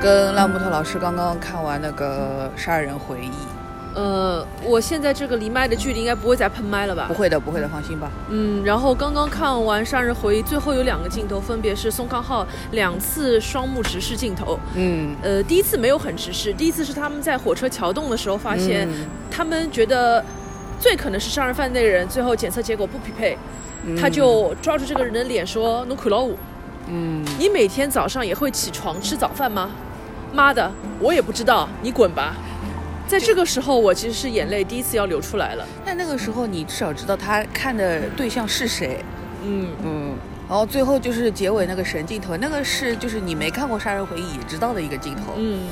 跟烂木头老师刚刚看完那个《杀人回忆》，呃，我现在这个离麦的距离应该不会再喷麦了吧不？会的，不会的，放心吧。嗯，然后刚刚看完《杀人回忆》，最后有两个镜头，分别是宋康昊两次双目直视镜头。嗯，呃，第一次没有很直视，第一次是他们在火车桥洞的时候发现，嗯他们觉得最可能是杀人犯那个人，最后检测结果不匹配，嗯他就抓住这个人的脸说：“侬看老我，嗯，你每天早上也会起床吃早饭吗？妈的，我也不知道，你滚吧！”在这个时候，我其实是眼泪第一次要流出来了。但那个时候你至少知道他看的对象是谁。嗯，嗯，然后最后就是结尾那个神镜头，那个是就是你没看过《杀人回忆》也知道的一个镜头。嗯，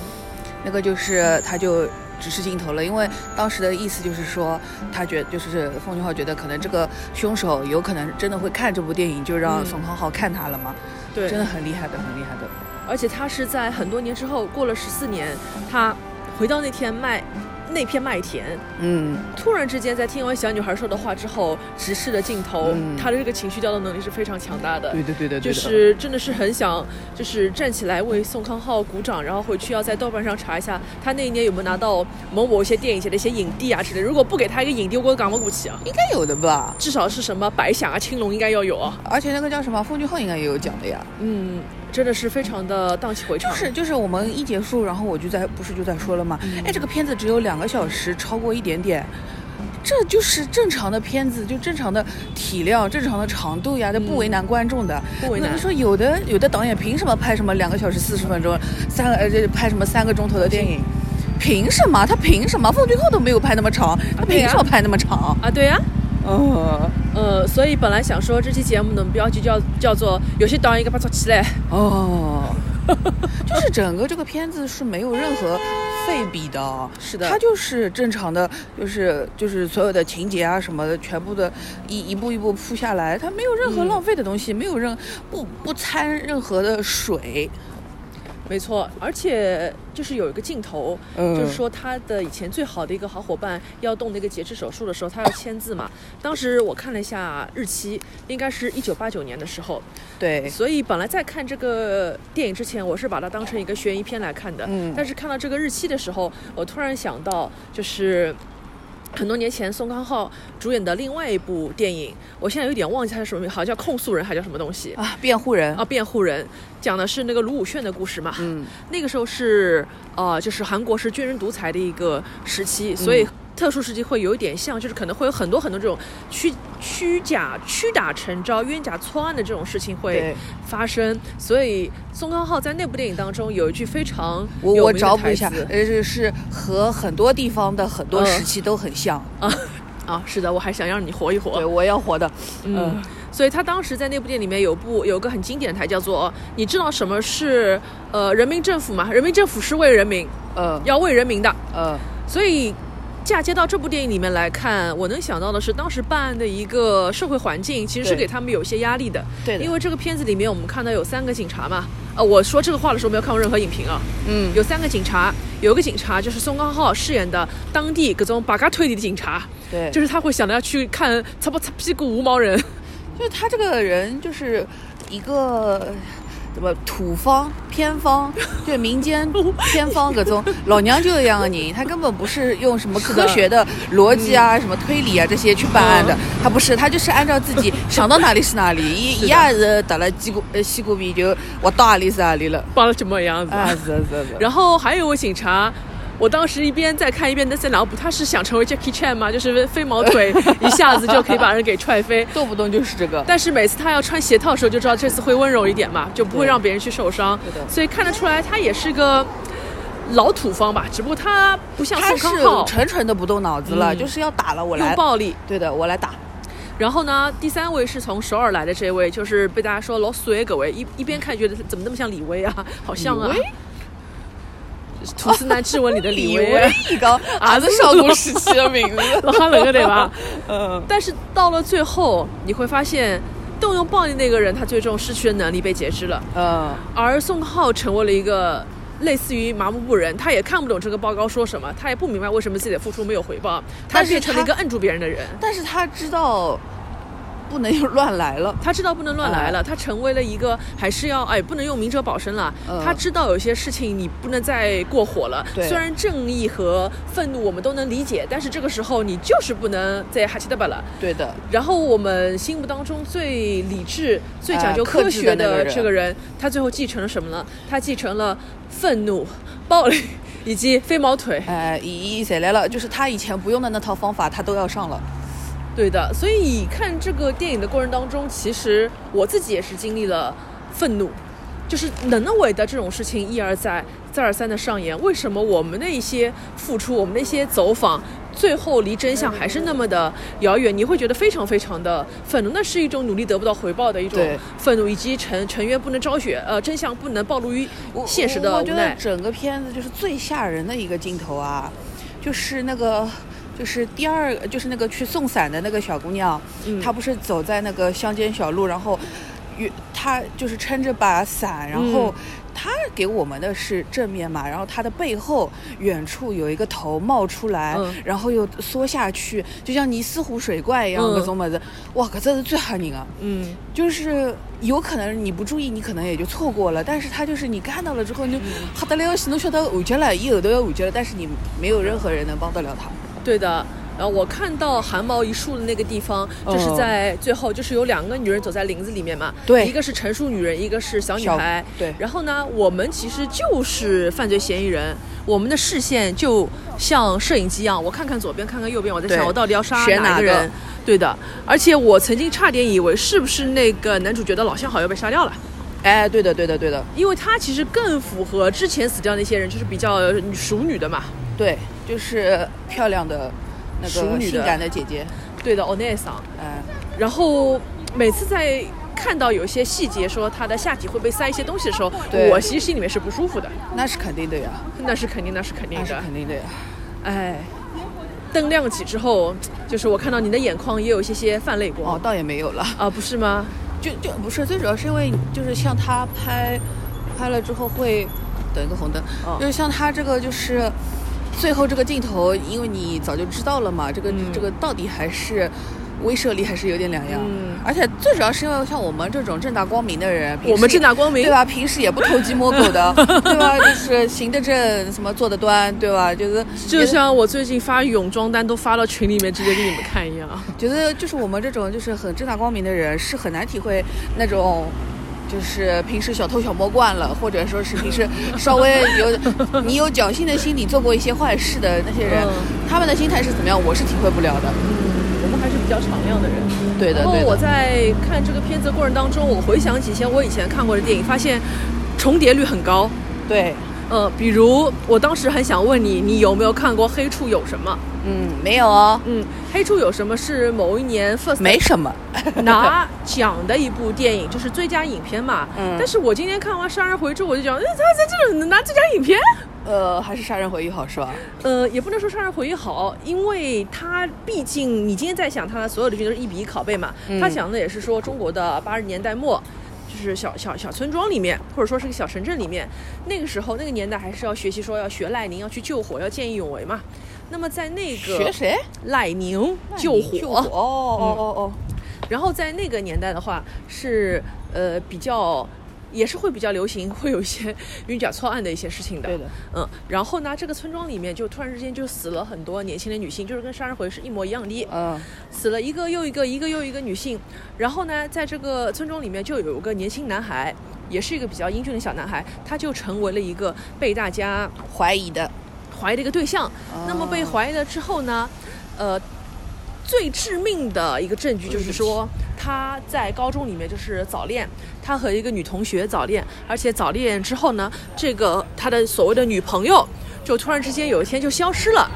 那个就是他就直视镜头了，因为当时的意思就是说，他觉就是奉俊昊觉得可能这个凶手有可能真的会看这部电影，就让嗯宋康昊看他了嘛，对，真的很厉害的，很厉害的。而且他是在很多年之后，过了十四年，他回到那天麦那片麦田，嗯，突然之间在听完小女孩说的话之后，直视的镜头，嗯他的这个情绪调动能力是非常强大的。对的对的，对的就是真的是很想，就是站起来为宋康昊鼓掌，然后回去要在豆瓣上查一下他那一年有没有拿到某某一些电影节的一些影帝啊之类的。如果不给他一个影帝，我讲不过去啊。应该有的吧。至少是什么白想啊、青龙应该要有啊。而且那个叫什么，奉俊昊应该也有讲的呀。嗯，真的是非常的荡气回肠。就是就是我们一结束，然后我就在不是就在说了嘛，哎，这个片子只有两个小时，超过一点点，这就是正常的片子，就正常的体量、正常的长度呀，这不为难观众的。不为难那你说有的有的导演凭什么拍什么两个小时四十分钟，三个呃这拍什么三个钟头的电影？凭什么？他凭什么？奉俊昊都没有拍那么长，他对凭呀什么拍那么长？啊，对呀、哦呃，所以本来想说这期节目的标题叫叫做“有些导演应该把它抓起来哦， 就是整个这个片子是没有任何费笔的，”，是的，它就是正常的，就是就是所有的情节啊什么的，全部的一一步一步铺下来，它没有任何浪费的东西，没有任不不掺任何的水，没错，而且就是有一个镜头，嗯就是说他的以前最好的一个好伙伴要动那个截肢手术的时候，他要签字嘛。当时我看了一下日期，应该是一九八九年的时候，对，所以本来在看这个电影之前，我是把它当成一个悬疑片来看的。嗯但是看到这个日期的时候，我突然想到，就是很多年前宋康昊主演的另外一部电影，我现在有点忘记它是什么名，好像叫《控诉人》还叫什么东西。啊，辩护人，啊，辩护人讲的是那个卢武铉的故事嘛。嗯，那个时候是呃，就是韩国是军人独裁的一个时期，所嗯以特殊时期会有一点像，就是可能会有很多很多这种虚虚假、屈打成招、冤假错案的这种事情会对，发生。所以宋康昊在那部电影当中有一句非常我有我名的找补台一下，词呃，是是和很多地方的很多嗯时期都很像，啊，是的，我还想让你活一活对，。我要活的，嗯嗯，所以他当时在那部电影里面有部有个很经典的台叫做“你知道什么是呃人民政府吗？人民政府是为人民，呃要为人民的。”呃，所以嫁接到这部电影里面来看，我能想到的是，当时办案的一个社会环境其实是对给他们有一些压力的。对的，因为这个片子里面，我们看到有三个警察嘛，呃，我说这个话的时候没有看过任何影评啊，嗯有三个警察，有一个警察就是宋康昊饰演的当地各种把嘎推理的警察，对，就是他会想着要去看擦不擦屁股无毛人，就是他这个人就是一个怎么土方偏方，就是民间偏方各种老娘舅一样的人，他根本不是用什么是的科学的逻辑啊、什么推理啊这些去办案的，他不是，他就是按照自己想到哪里是哪里，一一下子打了鸡骨呃西瓜皮就我到哪里是哪里了。帮了什么样子。啊，是的是的是的，嗯然后还有一位警察，我当时一边在看一边在脑补，他是想成为 Jackie Chan 吗？就是飞毛腿一下子就可以把人给踹飞。 动不动就是这个。但是每次他要穿鞋套的时候，就知道这次会温柔一点嘛，就不会让别人去受伤对的。所以看得出来，他也是个老土方吧，只不过他不像他宋是康昊纯纯的不动脑子了，嗯就是要打了我用来，暴力。对的，我来打。然后呢，第三位是从首尔来的这位，就是被大家说老水各位，一一边看觉得怎么那么像李薇啊， 好像啊李， 《吐司男质问》里的李薇啊薇，一个也是少都时期的名字。老哈冷个对吧？ 嗯，但是到了最后，你会发现，动用暴力那个人，他最终失去了能力，被截肢了。嗯，而宋浩成为了一个类似于麻木不仁，他也看不懂这个报告说什么，他也不明白为什么自己的付出没有回报，他但是变成了一他个摁住别人的人。但是他知道不能又乱来了。 他知道不能乱啊来了，他成为了一个还是要哎，不能用明哲保身了。嗯他知道有些事情你不能再过火了。对虽然正义和愤怒我们都能理解，但是这个时候你就是不能再哈气的巴了。对的，然后我们心目当中最理智、最讲究啊克科制的学那个的人这个人，他最后继承了什么呢？他继承了愤怒、暴力以及飞毛腿。哎，咦，谁来了？就是他以前不用的那套方法，他都要上了。对的，所以看这个电影的过程当中，其实我自己也是经历了愤怒，就是能为的这种事情一而再、再而三的上演。为什么我们的一些付出，我们的一些走访，最后离真相还是那么的遥远？你会觉得非常非常的愤怒，那是一种努力得不到回报的一种对愤怒，以及成成员不能昭雪，呃，真相不能暴露于我现实我的我无觉得奈。整个片子就是最吓人的一个镜头啊，就是那个。就是第二，就是那个去送伞的那个小姑娘，嗯她不是走在那个乡间小路，然后，与她就是撑着把伞，然后嗯她给我们的是正面嘛，然后她的背后远处有一个头冒出来，嗯然后又缩下去，就像尼斯湖水怪一样，嗯各种么子，哇，可真是最吓人啊！嗯，就是有可能你不注意，你可能也就错过了。但是他就是你看到了之后，你就嗯哈得了，侬晓得哎误解了，伊后头要误解了，但是你没有任何人能帮得了他。对的。然后我看到汗毛一竖的那个地方，哦就是在最后，就是有两个女人走在林子里面嘛。对一个是成熟女人，一个是小女小孩。对然后呢，我们其实就是犯罪嫌疑人，我们的视线就像摄影机一样，我看看左边，看看右边，我在想对我到底要杀选哪哪个一人。对的，而且我曾经差点以为是不是那个男主角的老相好要被杀掉了。哎，对的，对的，对的，因为他其实更符合之前死掉那些人，就是比较熟女的嘛，对，就是漂亮的那熟个女的性感的姐姐，对的 o n e s a 哎，然后每次在看到有一些细节说他的下体会被塞一些东西的时候，对我其实心里面是不舒服的，那是肯定的呀，那是肯定，那是肯定那是的。肯定的呀。哎，灯亮起之后，就是我看到你的眼眶也有一些些泛泪光哦，倒也没有了，啊，不是吗？就就不是，最主要是因为就是像他拍拍了之后会等一个红灯，哦就是像他这个就是最后这个镜头，因为你早就知道了嘛，这个、嗯这个到底还是威慑力还是有点两样。嗯而且最主要是因为像我们这种正大光明的人，平时我们正大光明对吧？平时也不偷鸡摸狗 的，对吧？就是行得正，什么坐得端，对吧？就是就像我最近发泳装单都发到群里面，直接给你们看一 样。觉得就是我们这种就是很正大光明的人，是很难体会那种。就是平时小偷小摸惯了，或者说是平时稍微 有你有侥幸的心理做过一些坏事的那些人，嗯他们的心态是怎么样，我是体会不了的。我们还是比较敞亮的人。对的，然后对我的，在看这个片子的过程当中，我回想起以前我以前看过的电影，发现重叠率很高。对，呃，比如我当时很想问你，你有没有看过《黑处有什么》？嗯，没有哦，嗯，《黑处有什么》是某一年 First 没什么，拿奖的一部电影，就是最佳影片嘛。嗯但是我今天看完《杀人回之后》，我就讲，嗯，他在这里拿最佳影片？呃，还是杀人回忆好是吧？呃，也不能说《杀人回忆》好，因为他毕竟你今天在想他的所有的剧都是一比一拷贝嘛。嗯他讲的也是说中国的八十年代末。就是小小小村庄里面，或者说是个小城镇里面，那个时候那个年代还是要学习说要学赖宁，要去救火，要见义勇为嘛。那么在那学个谁？赖宁救救火，嗯哦哦哦哦，然后在那个年代的话是呃比较也是会比较流行，会有一些 冤假错案的一些事情的。对的，嗯，然后呢，这个村庄里面就突然之间就死了很多年轻的女性，就是跟杀人回是一模一样的，嗯，死了一个又一个，一个又一个女性。然后呢，在这个村庄里面就有个年轻男孩，也是一个比较英俊的小男孩，他就成为了一个被大家怀疑的，怀疑的一个对象。那么被哦怀疑了之后呢，呃，最致命的一个证据就是说他在高中里面就是早恋，他和一个女同学早恋，而且早恋之后呢，这个他的所谓的女朋友就突然之间有一天就消失了。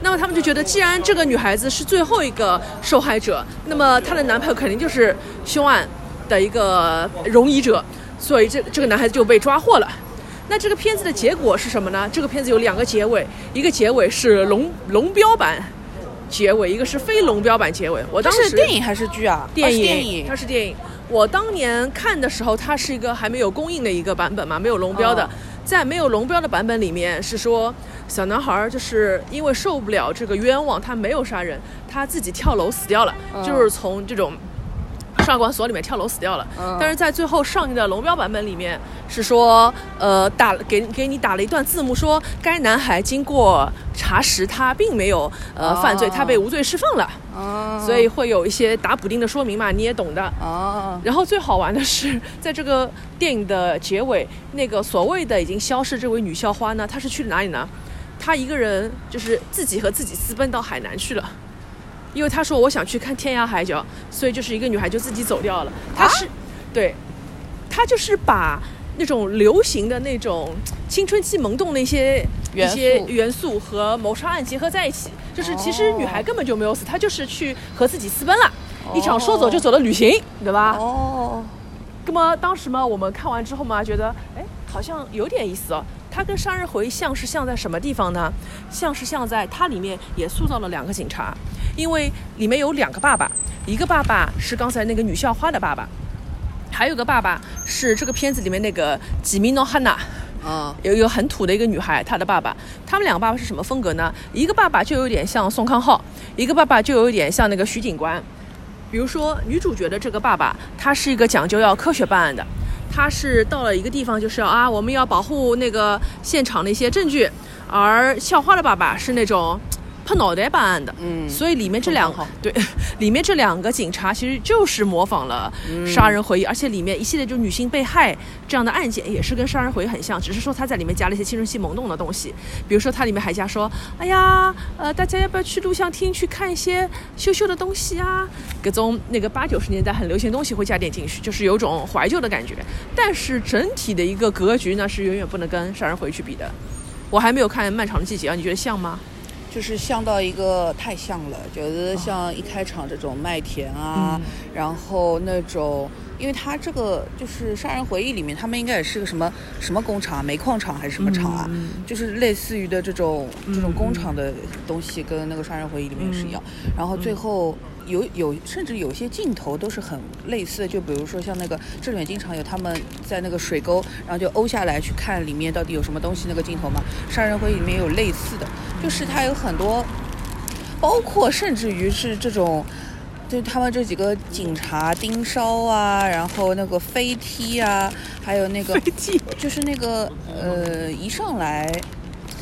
那么他们就觉得，既然这个女孩子是最后一个受害者，那么她的男朋友肯定就是凶案的一个容疑者，所以这这个男孩子就被抓获了。那这个片子的结果是什么呢？这个片子有两个结尾，一个结尾是龙龙标版结尾，一个是非龙标版结尾。我这当时是电影还是剧啊？电啊影，是电影它，是电影。我当年看的时候，它是一个还没有公映的一个版本嘛，没有龙标的。哦在没有龙标的版本里面，是说小男孩儿就是因为受不了这个冤枉，他没有杀人，他自己跳楼死掉了，嗯就是从这种少管所里面跳楼死掉了。嗯但是在最后上映的龙标版本里面是说，呃，打给给你打了一段字幕说，该男孩经过查实他并没有呃犯罪，哦他被无罪释放了，啊，所以会有一些打补丁的说明嘛，你也懂的。啊，然后最好玩的是，在这个电影的结尾，那个所谓的已经消失这位女校花呢，她是去了哪里呢？她一个人就是自己和自己私奔到海南去了，因为她说我想去看天涯海角，所以就是一个女孩就自己走掉了。她是，对，她就是把那种流行的那种青春期萌动的一些元一些素元素和谋杀案结合在一起，就是其实女孩根本就没有死，她就是去和自己私奔了。一场说走就走的旅行，对吧？哦，那么当时嘛，我们看完之后嘛，觉得哎，好像有点意思哦。它跟《杀人回忆》像是像在什么地方呢？像是像在它里面也塑造了两个警察，因为里面有两个爸爸，一个爸爸是刚才那个女校花的爸爸，还有个爸爸是这个片子里面那个吉米诺汉娜。啊，有一个很土的一个女孩，她的爸爸，他们两个爸爸是什么风格呢？一个爸爸就有点像宋康昊，一个爸爸就有点像那个徐警官。比如说女主角的这个爸爸，他是一个讲究要科学办案的，他是到了一个地方就是要啊，我们要保护那个现场的一些证据，而校花的爸爸是那种碰脑袋办案的，嗯所以里面这两宋康昊对，里面这两个警察其实就是模仿了《嗯杀人回忆》，而且里面一系列就女性被害这样的案件也是跟《杀人回忆》很像，只是说它在里面加了一些青春期萌动的东西，比如说它里面还加说，哎呀，呃，大家要不要去录像厅去看一些羞羞的东西啊？各种那个八九十年代很流行的东西会加点进去，就是有种怀旧的感觉。但是整体的一个格局呢，是远远不能跟《杀人回忆》去比的。我还没有看《漫长的季节》啊，你觉得像吗？就是像到一个太像了，觉得像一开场这种麦田啊，然后那种，因为它这个就是《杀人回忆》里面，他们应该也是个什么什么工厂啊，煤矿厂还是什么厂啊，就是类似于的这种这种工厂的东西，跟那个《杀人回忆》里面是一样。然后最后有有甚至有些镜头都是很类似的，就比如说像那个这里面经常有他们在那个水沟，然后就欧下来去看里面到底有什么东西那个镜头嘛，《杀人回忆》里面也有类似的，就是它有很多，包括甚至于是这种。就他们这几个警察盯梢啊，然后那个飞踢啊，还有那个 飞机。 就是那个呃，一上来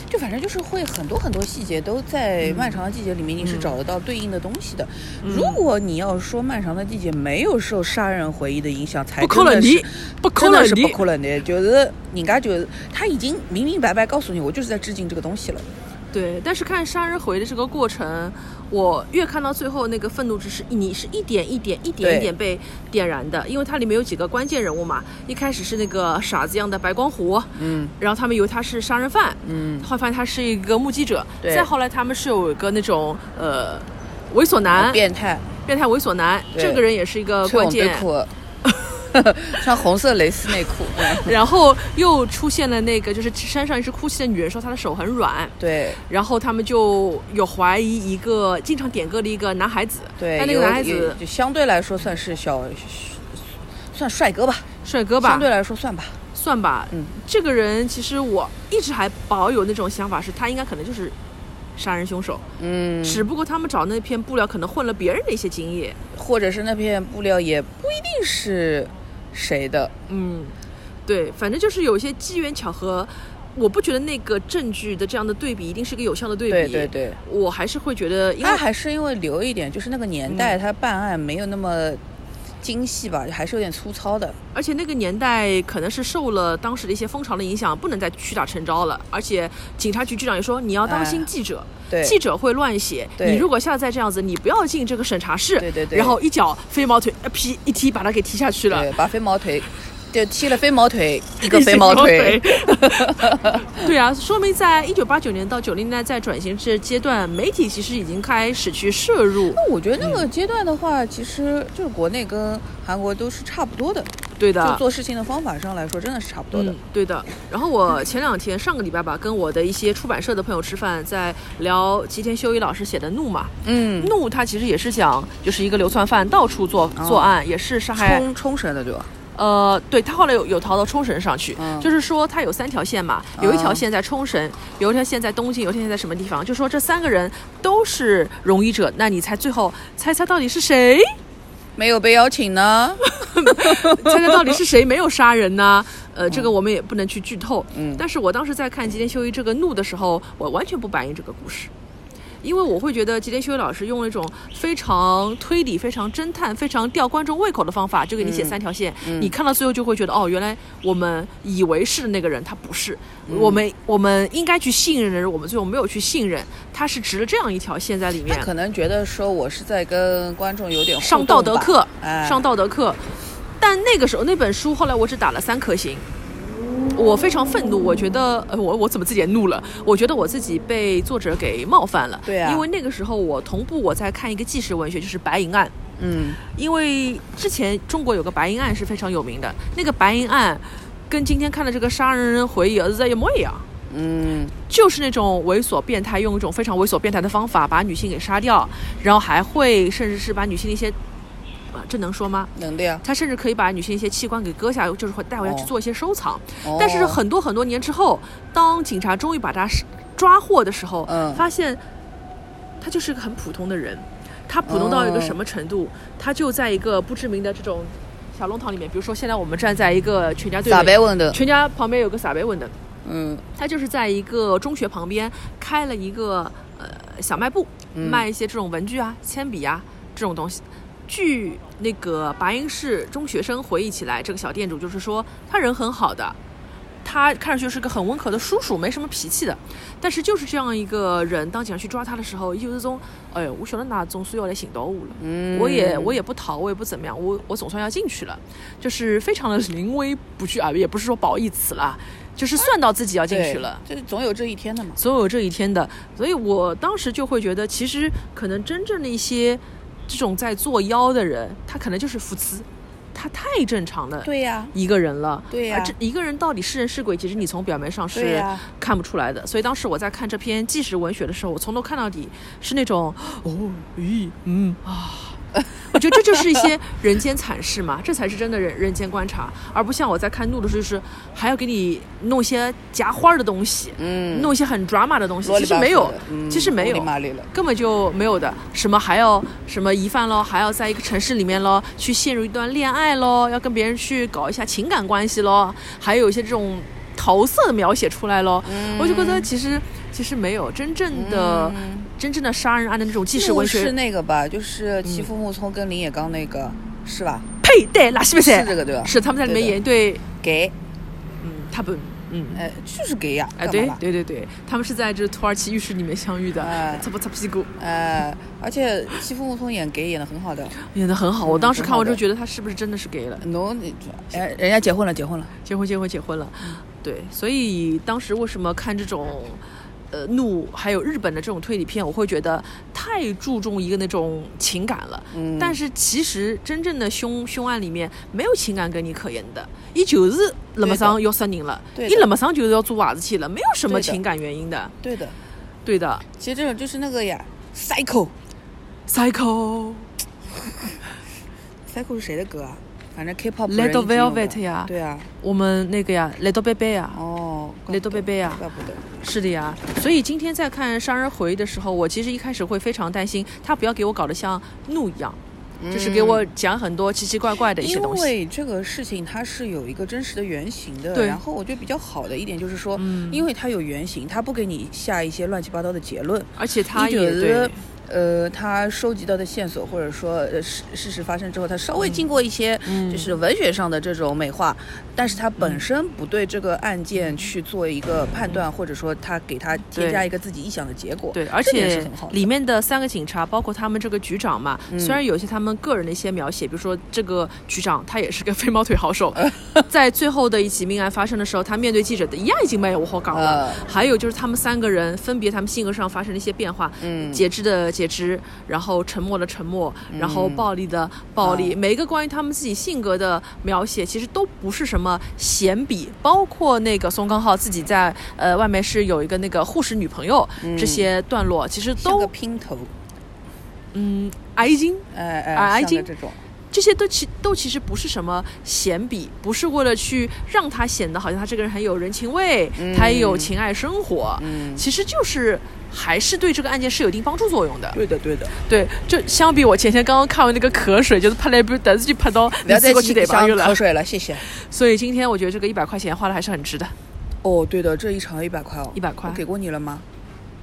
就反正就是会很多很多细节都在《漫长的季节》里面，你是找得到对应的东西的。如果你要说《漫长的季节》没有受《杀人回忆》的影响，才不可能哎真的是的，不可真能的是不的。可能的，就是人家就是他已经明明白白告诉你，我就是在致敬这个东西了。对，但是看杀人回的这个过程，我越看到最后那个愤怒值是一，你是一点一点一点对一点被点燃的，因为它里面有几个关键人物嘛，一开始是那个傻子一样的白光湖，嗯然后他们以为他是杀人犯，嗯后来发现他是一个目击者，对再后来他们是有一个那种呃猥琐男，哦变哦态，变态猥琐男，对这个人也是一个穿关泳键内，裤， 穿红色蕾丝内裤，嗯然后又出现了那个就是山上一直哭泣的女人，说她的手很软，对然后他们就有怀疑一个经常点歌的一个男孩子，对，但那有个男孩有子就相对来说算是小，算帅哥吧。帅哥吧相，对来说算吧。算吧，嗯这个人其实我一直还保有那种想法，是他应该可能就是杀人凶手，嗯，只不过他们找那片布料可能混了别人的一些精液，或者是那片布料也不一定是谁的。嗯，对，反正就是有一些机缘巧合。我不觉得那个证据的这样的对比一定是个有效的对比，对对对，我还是会觉得，因为嗯他还是因为留一点，就是那个年代他办案没有那么精细吧，还是有点粗糙的。而且那个年代可能是受了当时的一些风潮的影响，不能再屈打成招了。而且警察局局长也说，你要当心哎记者，对，记者会乱写。对你如果下次再这样子，你不要进这个审查室。对对对然后一脚飞毛腿，呃劈一踢把他给踢下去了。 对，把飞毛腿就踢了飞毛腿，一个飞毛腿。 对啊，说明在一九八九年到九零年代在转型这阶段，媒体其实已经开始去摄入。那我觉得那嗯个阶段的话，其实就是国内跟韩国都是差不多的，对的，就做事情的方法上来说，真的是差不多的嗯。。对的。然后我前两天上个礼拜吧，跟我的一些出版社的朋友吃饭，在聊吉田修一老师写的《怒》嘛，嗯《怒》他其实也是讲就是一个流窜犯到处作作案，也是杀害哦冲冲绳的对吧？呃，对他后来有有逃到冲绳上去，嗯就是说他有三条线嘛，有一条嗯线在冲绳，有一条线在东京，有一条线在什么地方？就说这三个人都是容疑者，那你猜最后猜猜到底是谁？没有被邀请呢？猜猜到底是谁没有杀人呢？呃，这个我们也不能去剧透。嗯但是我当时在看吉田修一这个怒的时候，我完全不反映这个故事，因为我会觉得吉田修一老师用了一种非常推理、非常侦探、非常吊观众胃口的方法，就给你写嗯三条线，你看到最后就会觉得，哦，原来我们以为是的那个人他不是，嗯我们我们应该去信任的人，我们最后没有去信任，他是直了这样一条线在里面他。可能觉得说我是在跟观众有点互上动道德吧课，哎，上道德课。但那个时候那本书后来我只打了三颗星，我非常愤怒，我觉得呃我我怎么自己也怒了？我觉得我自己被作者给冒犯了。对啊因为那个时候我同步我在看一个纪实文学，就是《白银案》。嗯，因为之前中国有个白银案是非常有名的，那个白银案跟今天看的这个杀人回忆儿子一模一样。嗯，就是那种猥琐变态，用一种非常猥琐变态的方法把女性给杀掉，然后还会甚至是把女性的一些，啊，这能说吗？能的呀。他甚至可以把女性一些器官给割下，就是会带回家去哦做一些收藏。哦但是很多很多年之后，当警察终于把他是抓获的时候，嗯发现他就是个很普通的人。他普通到一个哦什么程度？他就在一个不知名的这种小弄堂里面，比如说现在我们站在一个全家对咋面白问的？全家旁边有个撒贝文的，嗯他就是在一个中学旁边开了一个呃小卖部，嗯卖一些这种文具啊、铅笔啊这种东西。据那个白银市中学生回忆起来，这个小店主就是说他人很好的，他看上去是个很温和的叔叔，没什么脾气的。但是就是这样一个人，当警察去抓他的时候，就是种，哎哟，我晓得哪总算要来寻到我了。嗯，我也我也不逃，我也不怎么样，我我总算要进去了，就是非常的临危不惧啊，也不是说褒义词啦，就是算到自己要进对去了。就是总有这一天的嘛。总有这一天的。所以我当时就会觉得，其实可能真正的一些这种在作妖的人，他可能就是福斯，他太正常了。对呀、一个人了，对呀而这一个人到底是人是鬼，其实你从表面上对是呀看不出来的。所以当时我在看这篇纪实文学的时候，我从头看到底是那种哦，咦，嗯啊。 我觉得这就是一些人间惨事嘛，这才是真的人人间观察，而不像我在看怒的时候，就是还要给你弄一些夹花儿的东西，嗯，弄一些很 drama 的东西，啰其里实吧没嗦有的，嗯其实没糊有里，麻里了。根本就没有的。什么还要什么疑犯咯，还要在一个城市里面咯，去陷入一段恋爱咯，要跟别人去搞一下情感关系咯，还有一些这种桃色的描写出来咯。我就觉嗯得其实其实没有真正的、真正的杀人案的那种纪实怒文嗯是学，嗯那个吧，就是齐夫木聪跟林野刚那个，是吧？呸，对，拉西贝塞是这个对吧？是他们在里面对的演对，给，嗯，他本嗯。呃，就是给呀，哎，干对嘛吧对对对，他们是在这土耳其浴室里面相遇的哎，擦不擦屁股？呃，而且齐夫木聪演给演的很好的，演的很好，我当时很看好完之后的觉得他是不是真的是 gay 了？ no，你哎，人家结婚了，结婚了，结婚，结婚，结婚了。对，所以当时为什么看这种，呃，怒，还有日本的这种推理片，我会觉得太注重一个那种情感了。嗯，但是其实真正的凶凶案里面没有情感跟你可言的，伊就是那么上要杀人了，对伊的那么上就是要做坏事体了，没有什么对的情感原因的。对的，对的其实这种就是那个呀，psycho。 ，Psycho、 Psycho 是谁的歌啊？反正 K-pop 人 Red 一直用的 Velvet 呀对啊，我们那个呀，来到贝贝呀，哦，雷多贝贝啊怪不得，是的呀，所以今天在看《杀人回忆》的时候，我其实一开始会非常担心，他不要给我搞得像怒一样，就是给我讲很多奇奇怪怪的一嗯些因东西。为这个事情它是有一个真实的原型的，对然后我觉得比较好的一点就是说，嗯因为它有原型，它不给你下一些乱七八糟的结论，而且他你觉也得对，呃，他收集到的线索或者说呃事事实发生之后，他稍微经过一些嗯就是文学上的这种美化，但是他本身不对这个案件去做一个判断，或者说他给他添加一个自己臆想的结果，对，而这点是且很好的嗯里面的三个警察，包括他们这个局长嘛，虽然有些他们个人的一些描写，比如说这个局长他也是个飞毛腿 好手，在最后的一起命案发生的时候，他面对记者的一样已经没有好港了。呃，还有就是他们三个人分别他们性格上发生了一些变化，嗯，截肢的截肢，然后沉默的沉默，然后暴力的暴力，啊每一个关于他们自己性格的描写，其实都不是什么闲笔，包括那个宋康昊自己在呃外面是有一个那个护士女朋友、这些段落，其实嗯像个都拼头，嗯挨金哎哎，啊像已个经这种，这些都其都其实不是什么闲笔，不是为了去让他显得好像他这个人很有人情味，他也有情爱生活，嗯，其实就是还是对这个案件是有一定帮助作用的。对的对的。对，就相比我前天刚刚看完那个瞌睡，就是拍了一部，但是就拍到不要再过继去续得吧，伤又口来。水了，谢谢。所以今天我觉得这个一百块钱花的还是很值的，哦，对的，这一场要一百块哦，一百块我。给过你了吗？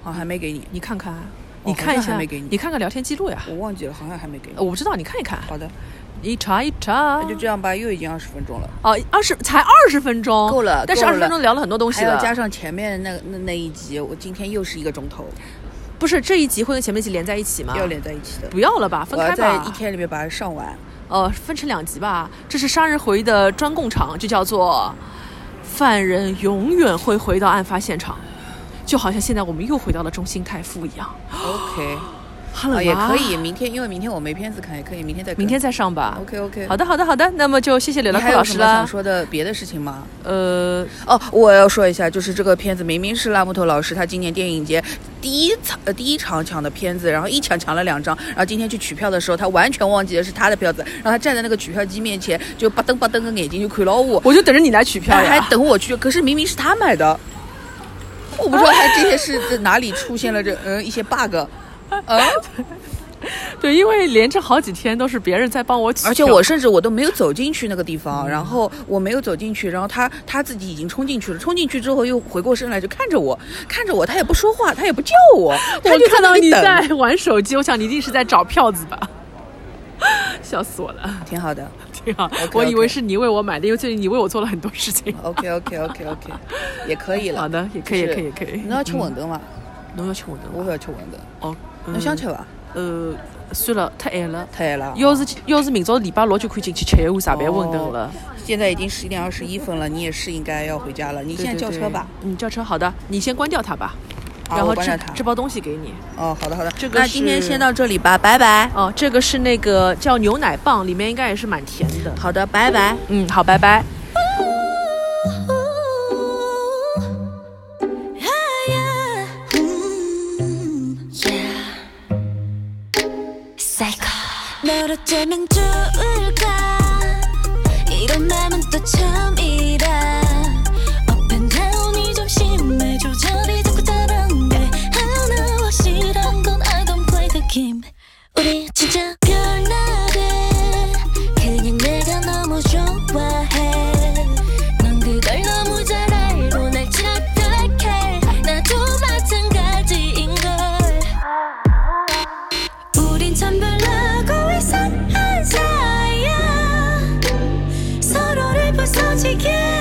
好像还没给你，你看看，哦你看一好像下，还没给你看看聊天记录呀。我忘记了，好像还没给你。哦我不知道，你看一看，好的，一查一查那。就这样吧，又已经二十分钟了，哦，二十才二十分钟，够了哦但是够二了十分钟聊了很多东西还要的，加上前面那那那一集，我今天又是一个钟头，不是这一集会跟前面一集连在一起吗？要连在一起的。啊不要了吧，分我要开在吧一。天里面把它上完。呃，分成两集吧。这是杀人回忆的专供场，就叫做犯人永远会回到案发现场，就好像现在我们又回到了中心泰夫一样。哦 OK，啊、好了吧、也可，以，明天因为明天我没片子看，也可以明天再看。明天再上吧。 OK OK。好的，好的，好的。那么就谢谢刘你拉还库有老什师么想啦。说的别的事情吗？呃，哦，我要说一下，就是这个片子明明是拉木头老师他今年电影节第一场呃第一场抢的片子，然后一抢抢了两张，然后今天去取票的时候，他完全忘记了是他的票子，然后他站在那个取票机面前就吧噔吧噔个眼睛就看牢我，我就等着你来取票他还呀。等我去，可是明明是他买的，我不知道他这些是在哪里出现了这嗯一些 bug，嗯， 对，因为连着好几天都是别人在帮我取票，而且我甚至我都没有走进去那个地方，然后我没有走进去，然后他他自己已经冲进去了，冲进去之后又回过身来就看着我，看着我，他也不说话，他也不叫 我，他我就看到那里你等在玩手机，我想你一定是在找票子吧。 笑死我了，挺好的挺好。 OK，OK 我以为是你为我买的，因为最近你为我做了很多事情。 ，OK OK OK OK，也可以好了。的，也可以，就是也可以，也可以。你要吃馄饨吗？嗯，侬要吃馄饨我吗？不要吃馄饨，哦，嗯侬想吃伐？呃，算了，太晚了。太晚了。要是要是明朝礼拜六就可以进去吃一碗啥白馄饨哦了。现在已经十一点二十一分了，你也是应该要回家了。你现在叫车吧。对。对对嗯，叫车，好的，你先关掉它吧，好然我后关这掉它这包东西给你。哦，好的好的，这个那今天是先到这里吧，拜拜。哦，这个是那个叫牛奶棒，里面应该也是蛮甜的。好的，拜拜。嗯，好，拜拜。Oh, Mm, 사이코 널 어쩌면 좋을까 이런 맘은 또 처음이라 Up and down이 좀 심해져 자리 잡고 자란 게 하나와 싫은 건 I don't play the game 우리 진짜 별나래 그냥 내가 너무 좋아해 넌 그걸 너무 잘 알고 날 착각해 나도 마찬가지인걸 우린 참 별나고 이상한 사이야 서로를 부서지게